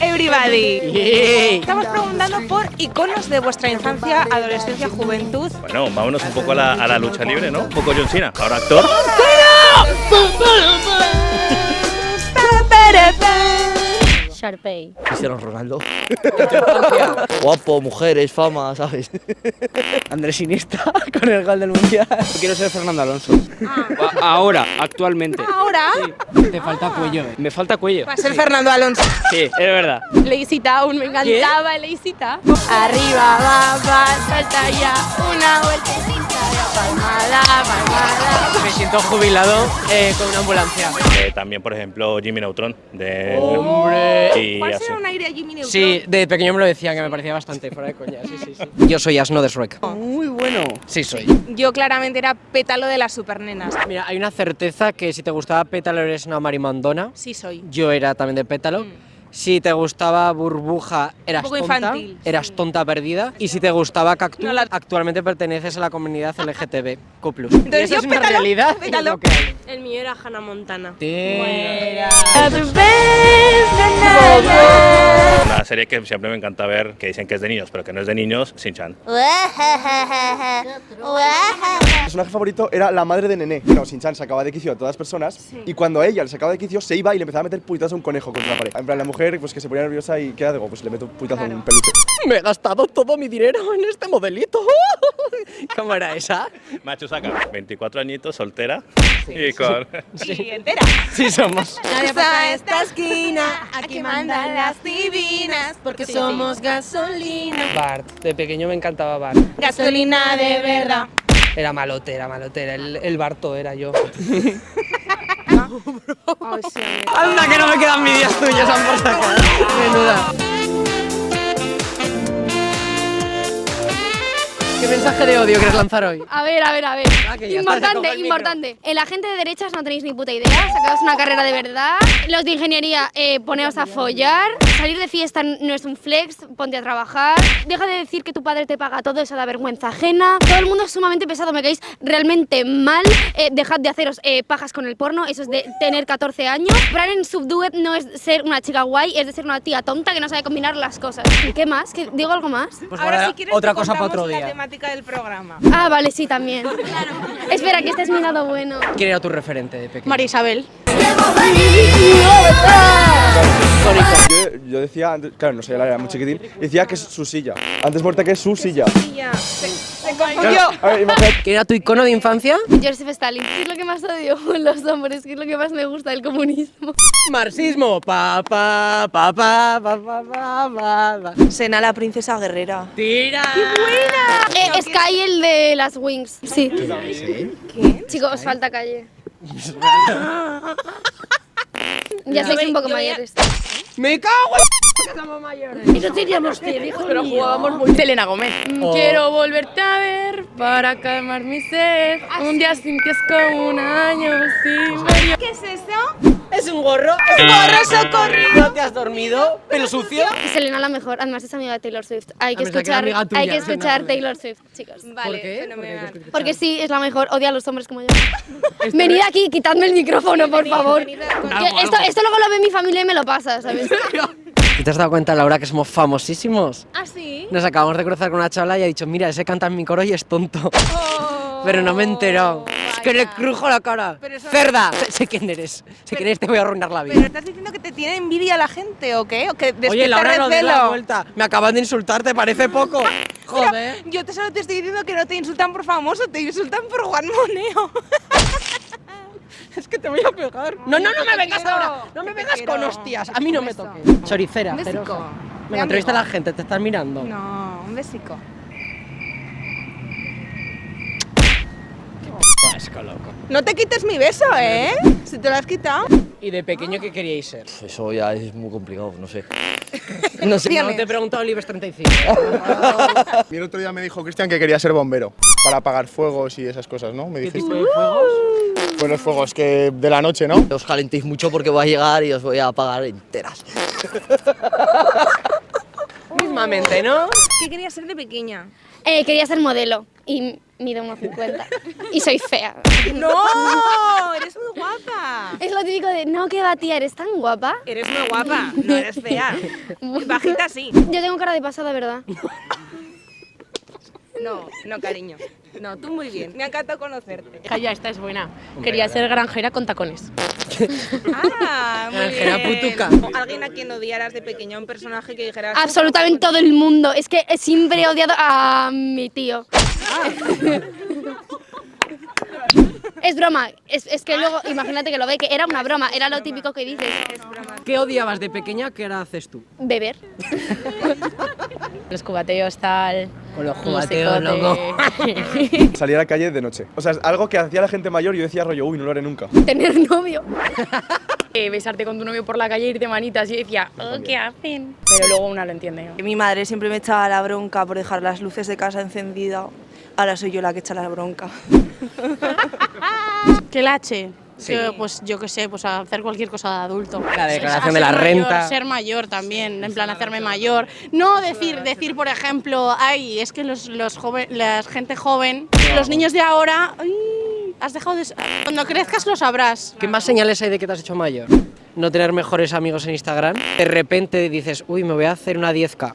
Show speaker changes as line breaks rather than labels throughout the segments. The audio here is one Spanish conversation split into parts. Euskadi.
Yeah.
Estamos preguntando por iconos de vuestra infancia, adolescencia, juventud.
Bueno, vámonos un poco a la, a la lucha libre, ¿no? Un poco John Cena, ahora actor.
Sharpay.
Cristiano Ronaldo. Guapo, mujeres, fama, ¿sabes? Andrés Iniesta con el gol del mundial. Quiero ser Fernando Alonso.
Ahora, actualmente.
Ahora,
Te falta cuello, Me falta cuello.
va a ser Fernando Alonso.
Sí, es verdad.
Lazy Town, me encantaba Lazy Town.
Arriba, va, va, salta ya, una vueltecita, palmada, palmada.
Me siento jubilado eh, con una ambulancia.
Eh, también, por ejemplo, Jimmy Neutron. De...
Hombre.
Y
¿Cuál
así.
será un aire a Jimmy Neutron?
Sí, de pequeño me lo decían, que me parecía bastante fuera de coña. Sí, sí, sí. Yo soy Asno de Shrek.
Muy bueno.
Sí, soy.
Yo claramente era pétalo de las supernenas.
Mira, hay una certeza que si te gustaba Pétalo eres una marimondona.
Sí soy.
Yo era también de Pétalo.
Mm.
Si te gustaba Burbuja, eras
poco
tonta,
infantil,
eras
sí.
tonta perdida. Y si te gustaba Cactus,
No la-
actualmente perteneces a la comunidad LGTB. Coplus.
Entonces
Eso
yo
es una
Pétalo,
realidad. y es
Pétalo.
lo que hay.
El mío era Hannah Montana.
Una serie que siempre me encanta ver, que dicen que es de niños, pero que no es de niños, Sin Chan.
Mi personaje favorito era la madre de Nené. Bueno, Shin-chan sacaba de quicio a todas las personas y cuando a ella le sacaba de quicio se iba y le empezaba a meter puñetazos a un conejo contra la pared. En plan, la mujer pues que se ponía nerviosa y queda digo, pues le meto un puñetazo a un peluche.
Me he gastado todo mi dinero en este modelito. ¿Cómo era esa?
Machu Saka, 24 añitos, soltera. y con.
Y entera.
Sí, somos.
Nadie pasa esta esquina, aquí mandan las divinas, porque somos gasolina.
Bart, de pequeño me encantaba Bart.
Gasolina de verdad.
Era malote, era malote, era el, el Barto era yo.
Anda, que no me quedan vídeos tuyos, han por sacar. Menuda. ¿Qué mensaje de odio quieres lanzar hoy?
A ver, a ver, a ver.
Ah, que ya está, se coge
Importante,
el
importante. En la gente de derechas no tenéis ni puta idea. Sacaos una carrera de verdad. Los de ingeniería, eh, poneos a follar. Salir de fiesta no es un flex, ponte a trabajar. Deja de decir que tu padre te paga todo, eso da vergüenza ajena. Todo el mundo es sumamente pesado, me caéis realmente mal. Eh, dejad de haceros eh, pajas con el porno, eso es de tener 14 años. Bran en Subduet no es ser una chica guay, es de ser una tía tonta que no sabe combinar las cosas. ¿Y qué más? ¿Que ¿Digo algo más?
Pues
Ahora
guarda
si quieres
otra
te
cosa para
contamos
otro
la
día.
temática del programa.
Ah, vale, sí, también. Espera, que este es mi lado bueno.
¿Quién era tu referente de pequeño?
Isabel.
Yo, yo decía antes, claro, no sé, era muy chiquitín, y decía que es su silla. Antes muerta que es su silla.
Yo.
A ver, imagínate,
¿Quién era tu icono de infancia?
Joseph Stalin. ¿Qué es lo que más odio con los hombres? ¿Qué es lo que más me gusta del comunismo?
Marxismo. Pa, pa, pa, pa, pa, pa, pa, pa, pa.
Sena la princesa guerrera.
¡Tira!
Eh, Sky, el de las Wings. Sí. Chicos, os falta calle. ya sois un poco mayores.
¡Me cago en
Pero jugábamos muy Selena Gómez.
Oh.
Mm, Quiero volverte a ver para calmar mi sed. Un día sin ti es como un año sin ver.
¿Qué es eso?
¿Es un gorro? ¡Es un gorro socorrido! ¿No te has dormido? ¿Pelo sucio?
Selena la mejor. Además es amiga de Taylor Swift. Hay que
Ah, pensaba que era
escuchar,
amiga tuya,
hay que
Selena
escuchar
Gómez.
Taylor Swift, chicos.
Vale,
qué?
fenomenal.
Porque-
Porque sí, es la mejor. Odia a los hombres como yo. Venid aquí, quitadme el micrófono, por favor.
venid
Que
a-
Esto, esto luego lo ve mi familia y me lo pasa, ¿sabes?
¿Y te has dado cuenta, Laura, que somos famosísimos?
¿Ah, sí?
Nos acabamos de cruzar con una chavala y ha dicho, mira, ese canta en mi coro y es tonto. eh, Pero no me he enterado. Es que le
Oh, vaya.
crujo la cara.
Pero eso-
¡Cerda! Sé- Sé quién eres. Sé quién eres, te voy a arruinar la
¿Pero
vida.
estás diciendo que te tiene envidia la gente o qué? ¿O que
Oye,
despierta
Laura, no des la
recelo?
vuelta. Me acaban de insultar, ¿te parece poco? Joder.
Yo te solo te estoy diciendo que no te insultan por famoso, te insultan por Juan Moneo.
Es que te voy a pegar. No, no, no me
te
vengas
quiero,
ahora. No me
te
vengas
quiero.
con hostias. A mí no me
Beso.
toques. Choricera.
Un besico.
celosa.
De
Venga, entrevista a
amigo.
la gente, te estás mirando.
No, un besico.
Asco, loco.
No te quites mi beso, ¿eh? Si te lo has quitado.
¿Y de pequeño qué queríais ser?
Pf, Pues Eso ya es muy complicado, no sé.
No sé, no
Tienes.
te he preguntado el IBEX 35.
el otro día me dijo Cristian que quería ser bombero para apagar fuegos y esas cosas, ¿no? Me
¿Qué
dijiste.
tipo de juegos?
Buenos fuegos que de la noche, ¿no?
Os calentéis mucho porque voy a llegar y os voy a pagar enteras.
Mismamente, ¿no?
Uh.
¿Qué quería ser de pequeña?
Eh, quería ser modelo y mido 1,50 y soy fea.
¡No! ¡Eres muy guapa!
Es lo típico de, no, que va tía, eres tan guapa.
Eres muy guapa, no eres fea. Bajita sí.
Yo tengo cara de pasada, ¿verdad?
No, no, cariño. No, tú muy bien. Me ha encantado conocerte.
Calla, esta es buena. Quería ser granjera con tacones.
Ah, muy
Ángela
bien.
Putuca.
Alguien a quien odiaras de pequeña, un personaje que dijeras...
Absolutamente todo el mundo. Es que siempre he odiado a mi tío.
Ah.
Es broma, es, es que luego, imagínate que lo ve, que era una broma, era lo típico que dices,
¿Qué odiabas de pequeña que ahora haces tú?
beber.
Los cubateos, tal.
Con los jugateos, loco.
Salí a la calle de noche. O sea, es algo que hacía la gente mayor y yo decía rollo, uy, no lo haré nunca.
Tener novio.
Eh, besarte con tu novio por la calle, irte manitas y decía, oh, ¿qué hacen? Pero luego una lo entiende.
Mi madre siempre me echaba la bronca por dejar las luces de casa encendida. Ahora soy yo la que echa la bronca.
¿Qué lache? pues yo qué sé, pues hacer cualquier cosa de adulto.
La declaración de la renta.
ser mayor también, en plan hacerme mayor. No decir, decir por ejemplo, ay, es que los, los joven, la gente joven, los niños de ahora, ay, has dejado de... s- Cuando crezcas lo sabrás.
¿Qué más señales hay de que te has hecho mayor? No tener mejores amigos en Instagram. De repente dices, uy, me voy a hacer una 10K.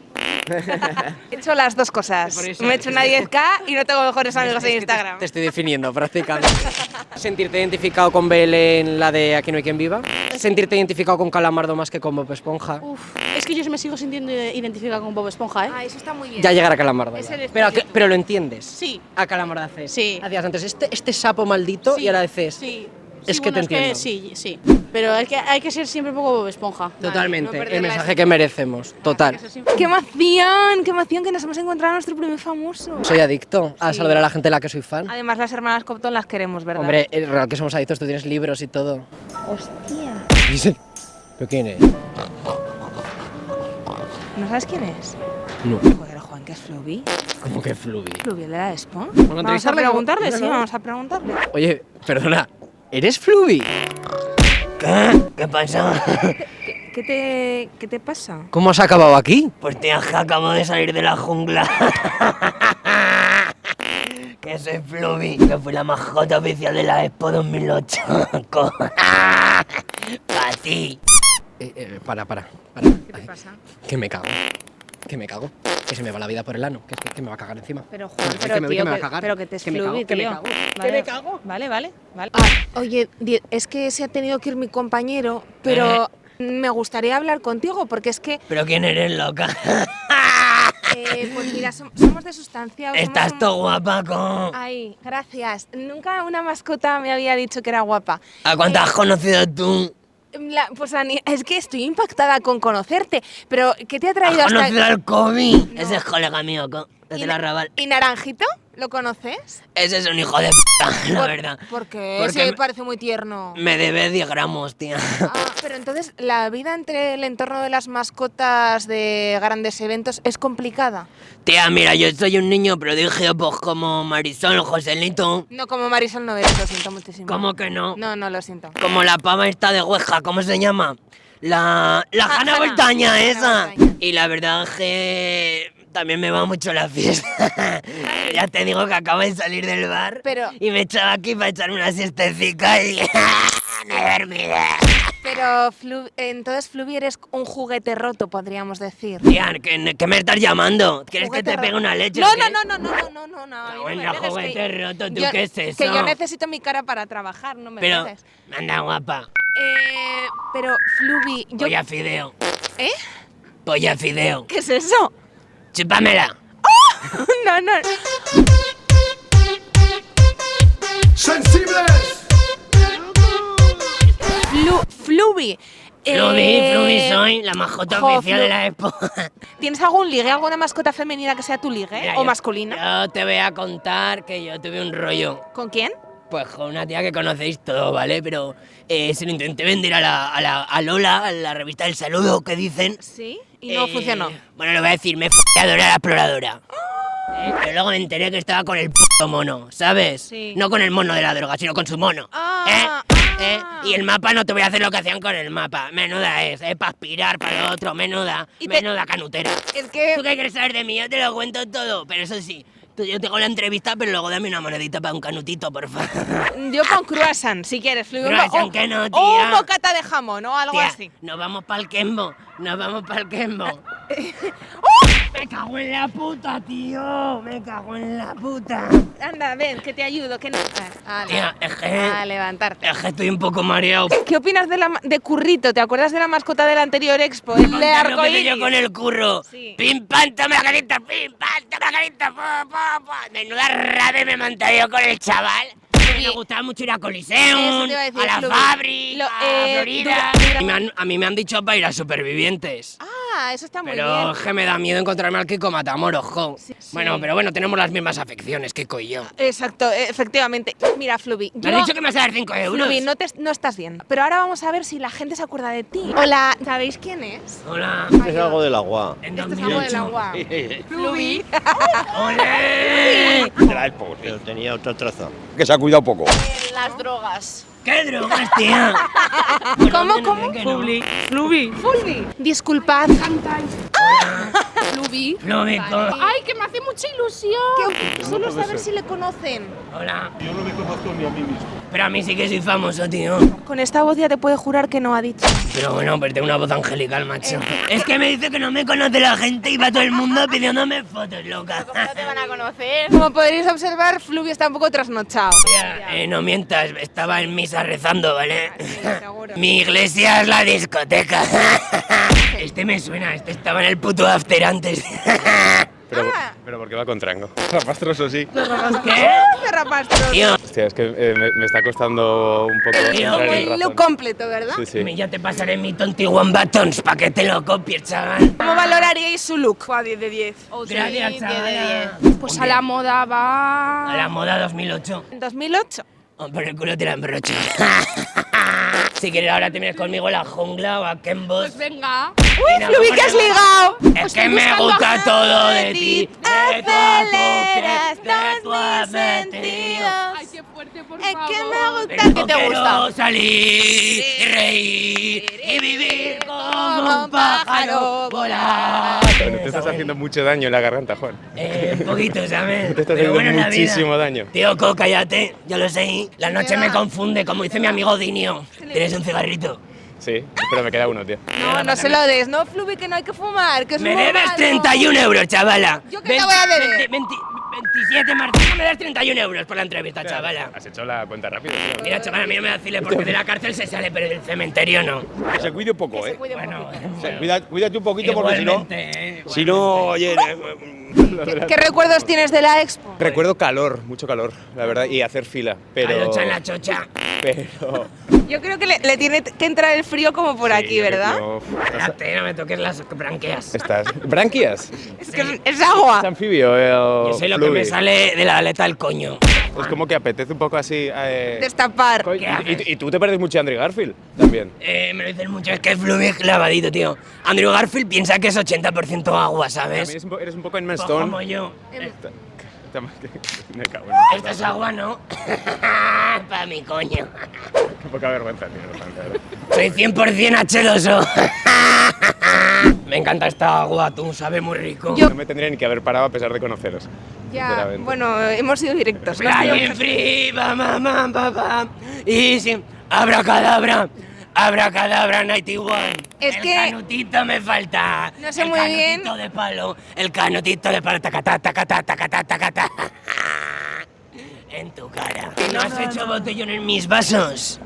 He hecho las dos cosas. Me he hecho una 10K y no tengo mejores amigos en Instagram.
Te estoy definiendo prácticamente. Sentirte identificado con Belén, la de Aquí no hay quien viva. Sentirte identificado con Calamardo más que con Bob Esponja.
Uf, es que yo me sigo sintiendo identificada con Bob Esponja,
Ah,
¿eh?
eso está muy bien.
Ya llegará Calamardo.
Es
ya.
el
Pero, a que- pero lo entiendes.
Sí.
A Calamardo haces.
Sí.
Hacías antes este, este sapo maldito
sí,
y ahora haces.
Sí.
Es
Sí,
que
bueno,
te entiendo.
sí, sí. Pero hay que, hay que ser siempre un poco Bob Esponja.
Totalmente.
no perder
el
la
mensaje que merecemos. Total.
¡Qué emoción! ¡Qué emoción que nos hemos encontrado a nuestro primer famoso!
Soy adicto a saludar a la gente de la que soy fan.
Además, las hermanas Copton las queremos, ¿verdad?
Hombre, es real que somos adictos, tú tienes libros y todo.
¡Hostia!
Dicen, ¿Pero quién es?
¿No sabes quién es?
No.
Joder, Juan, que es Fluvi.
Como que fluye.
Fluvi de la Expo. Vamos a
entrevistarle,
preguntarle,
¿no?
sí,
No, no.
vamos a preguntarle.
Oye, perdona, ¿eres Fluvi?
¿Qué? ¿Qué pasa?
¿Qué te, qué te pasa?
¿Cómo has acabado aquí?
Pues te acabo de salir de la jungla. que soy Fluvi, que fui la mascota oficial de la Expo 2008. Para ti.
Eh, eh, para, para, para. ¿Qué te pasa? Que me cago. Que me cago. Que se me va la vida por el ano. Que, es que- que me va a cagar encima.
Pero Juan,
Ay,
pero
que me- que
tío,
me va a
que-
cagar.
pero que te es
Que me
Fluvi,
cago, que me
tío.
cago.
Vale,
me cago.
Vale, vale, vale.
Ah, oye, di- es que se ha tenido que ir mi compañero,
Eh.
pero me gustaría hablar contigo porque es que,
¿Pero quién eres, loca?
eh, pues mira, som- somos de sustancia. somos
Estás
un-
todo guapa con...
Ay, gracias. Nunca una mascota me había dicho que era guapa.
¿A cuántas
Eh.
has conocido tú?
La- pues Ani, es que estoy impactada con conocerte, pero ¿qué te ha
¿Has
traído hasta
conocido al Kobe?
No.
Ese es colega mío, co- desde
Y
el
na-
arrabal.
¿Y Naranjito? ¿Lo conoces?
Ese es un hijo de p***, la
Por-
verdad.
Porque,
Porque
ese
me- Mm.
parece muy tierno.
Me debes 10 gramos, tía.
Ah, pero entonces, ¿la vida entre el entorno de las mascotas de grandes eventos es complicada?
Tía, mira, yo soy un niño prodigio, pues como Marisol, Joselito.
No, como Marisol no eres, lo siento muchísimo.
¿Cómo que no?
No, no, lo siento.
Como la pava esta de Huesca, ¿cómo se llama? La... La
Ah,
Hanna
Hanna.
Boltaña
Hanna
esa.
Boltaña.
Y la verdad es que... También me va mucho la fiesta. ya te digo que acabo de salir del bar.
Pero,
Y me echaba aquí para echarme una siestecica y... no he dormido.
pero Flu- entonces Fluvi eres un juguete roto, podríamos decir.
Tía, ¿qué, qué me estás llamando? ¿Quieres que te
Juguete
pegue
roto.
una leche?
No,
o qué?
no, no, no, no, no, no, no, no. a mí no me
Buena,
pegues, que-
juguete roto, ¿tú
yo-
qué es eso?
Que yo necesito mi cara para trabajar, no me
Pero,
pegues.
anda guapa.
Eh, pero, Fluvi, yo...
Polla fideo.
¿Eh?
Polla fideo.
¿Qué es eso?
Chúpamela.
No, no.
¡Sensibles!
Flu- Fluvi. eh,
Fluvi, Fluvi soy la mascota
jo,
oficial
Flu-
de la Expo.
¿Tienes algún ligue, alguna mascota femenina que sea tu ligue
Mira,
¿Eh? o
yo-
masculina?
Yo te voy a contar que yo tuve un rollo.
¿Con quién?
Pues con una tía que conocéis todos, ¿vale? Pero eh, se lo intenté vender a, la, a, la- a Lola, a la revista El Saludo, que dicen.
Sí. Y no
Eh,
funcionó.
Bueno, lo voy a decir, me f***é a Dora la exploradora.
¡Ah!
Eh, Pero luego me enteré que estaba con el puto mono, ¿sabes?
Sí.
No con el mono de la droga, sino con su mono.
Ah,
¿Eh?
ah.
¿Eh? Y el mapa no te voy a hacer lo que hacían con el mapa. Menuda es, ¿eh? Para aspirar, para lo otro, menuda.
Y te-
Menuda canutera.
Es que
¿Tú qué quieres saber de mí? Yo te lo cuento todo, pero eso sí. Tú Yo tengo la entrevista, pero luego dame una monedita para un canutito, por favor.
Yo con croissant, si quieres. Fluido.
Croissant
o,
que
o
no,
un
tía.
bocata de jamón o algo
Tía,
así.
Nos vamos para el Kembo. Nos vamos para el Kembo. ¡Oh! Me cago en la puta, tío. Me cago en la puta.
Anda, ven, que te ayudo. Que no... Ah, vale.
Tía, eh, es que-
A levantarte.
Es que estoy un poco mareado.
¿Qué opinas de, la, ma- de Currito? ¿Te acuerdas de la mascota de la anterior expo? El de
Ponte lo que te
arcoíris.
yo con el curro. Pim, pam, toma la carita, pim, pam, toma la carita. Pa, pa, pa. Menuda rave me monté yo con el chaval. Me gustaba mucho ir a
Eso
Coliseum,
te iba a decir,
la
Fluvi.
Fabri,
Lo-
a
eh,
Florida.
dura-
Y me han- a mí me han dicho para ir a Supervivientes.
Ah, eso está muy
Pero
bien.
es que me da miedo encontrarme al Kiko Matamoros, jo. Bueno, pero bueno, tenemos las mismas afecciones, Kiko y yo.
Exacto, eh, efectivamente. Mira, Fluvi.
Me has dicho que me vas a dar cinco euros.
Fluvi, no, te, no estás bien. Pero ahora vamos a ver si la gente se acuerda de ti. Hola, ¿sabéis quién es?
Hola.
Es algo del agua.
Esto es algo del agua. Fluvi.
¡Olé! Era el pobre. Pero tenía otra traza. Que se ha cuidado poco.
Las drogas.
¿Qué drogas, tía?
¿Cómo, cómo?
Fluvi.
Fluvi. Fluvi. Disculpad.
Fluvi.
Fluvi, co-
Ay, que me hace mucha ilusión.
Solo saber si le conocen.
Hola. Yo no me conozco ni a mí mismo. Pero a mí sí que soy famoso, tío.
Con esta voz ya te puede jurar que no ha dicho.
Pero bueno, pero tengo una voz angelical, macho.
Eh.
Es que me dice que no me conoce la gente y va todo el mundo pidiéndome fotos, loca.
te van a conocer. Como podréis observar, Fluvi está un poco trasnochado.
Eh, no mientas, estaba en misa rezando, ¿vale? Mi iglesia es la discoteca. Este me suena, este estaba en el puto after antes.
Pero, pero ¿por qué va con trango? Rapastroso, sí.
Tío.
Hostia, es que eh, me, me está costando un poco.
Tío.
entrar en
Como el
razón.
Look completo, ¿verdad?
Sí, sí.
Ya te pasaré mi tonti One Buttons para que te lo copies, chaval.
¿Cómo valoraríais su look? A 10 de 10.
Gracias, chavala.
Pues a la moda va.
A la moda 2008.
En 2008.
Oh, Por el culo te la embrocho. si quieres ahora te vienes conmigo a la jungla o a Kembos.
Pues venga.
Uy,
Fluvi, que has ligado.
Es que me
buscando
gusta
a
todo
gente
de ti.
Aceleras
todos
Ay, qué fuerte, por favor. Es que me
gusta
que
Quiero salir y reír y vivir como un pájaro volar.
Pero te estás haciendo mucho daño en la garganta, Juan.
Eh, un poquito, ¿sabes?
Te estás
Pero
haciendo
bueno, la vida.
muchísimo daño.
Tío, Co, cállate, yo lo sé. La noche me confunde, como dice mi amigo Dinio. ¿Tienes un cigarrito?
Sí, pero me queda uno, tío.
No, no se lo des, no, Fluvi, que no hay que fumar, que es
Me
muy
debes
malo.
31 euros, chavala.
Yo que te voy a deber.
27 Martín, me das 31 euros por la entrevista, chavala.
Has hecho la cuenta rápido.
Mira, chavala, a mí no me da cile porque de la cárcel se sale, pero del cementerio no.
Que se cuide un poco, ¿eh?
Bueno,
Se- cuida- cuídate un poquito porque si no.
Igualmente, eh,
Si no, oye.
¿Qué recuerdos tienes de la expo?
Recuerdo calor, mucho calor, la verdad, y hacer fila. Pero.
Calocha en la chocha.
Pero.
Yo creo que le, le tiene que entrar el frío como por aquí, ¿verdad?
No,
Espérate, no me toques las branqueas.
estás. ¿Branquias?
Es que es- es agua.
Es anfibio. eh, o
Yo sé lo que me
fluid.
sale de la aleta al coño.
Es como que apetece un poco así. eh,
Destapar.
y, y- y tú te pareces mucho a Andrew Garfield también.
Eh, me lo dicen mucho, es que es Flubig clavadito, tío. Andrew Garfield piensa que es 80% agua, ¿sabes?
También es un po- eres un poco Emma
Pues
Stone.
Como yo.
Te- Me cago en la
Esto es
puta.
agua, ¿no? Para mi coño.
Qué poca vergüenza, tío. la verdad.
Soy 100% acheloso. me encanta esta agua, tú, sabe muy rico.
No
Yo...
me tendría ni que haber parado a pesar de conoceros.
Ya,
sinceramente.
bueno, hemos sido directos. ¿no?
free, pa, ma, ma, pa, pa. Y sin abracadabra, abracadabra 91.
Es
el
que-
canutito me falta.
No sé
el
muy bien.
canutito de palo, el canutito de palo, tacatá, tacatá, tacatá, tacatá. En tu cara. ¿No has hecho botellón en mis vasos?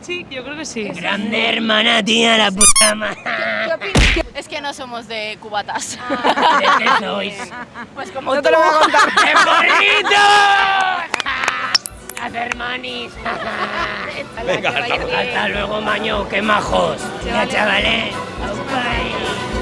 Sí, yo creo que sí.
Grande hermana, tía, la puta madre.
Es que no somos de cubatas. Ah.
¿De qué sois?
Pues
como
no te lo voy a contar.
¡Qué bonito! Hacer manis. Venga, hasta luego, maño, qué majos. Ya, chavales. Au, bye.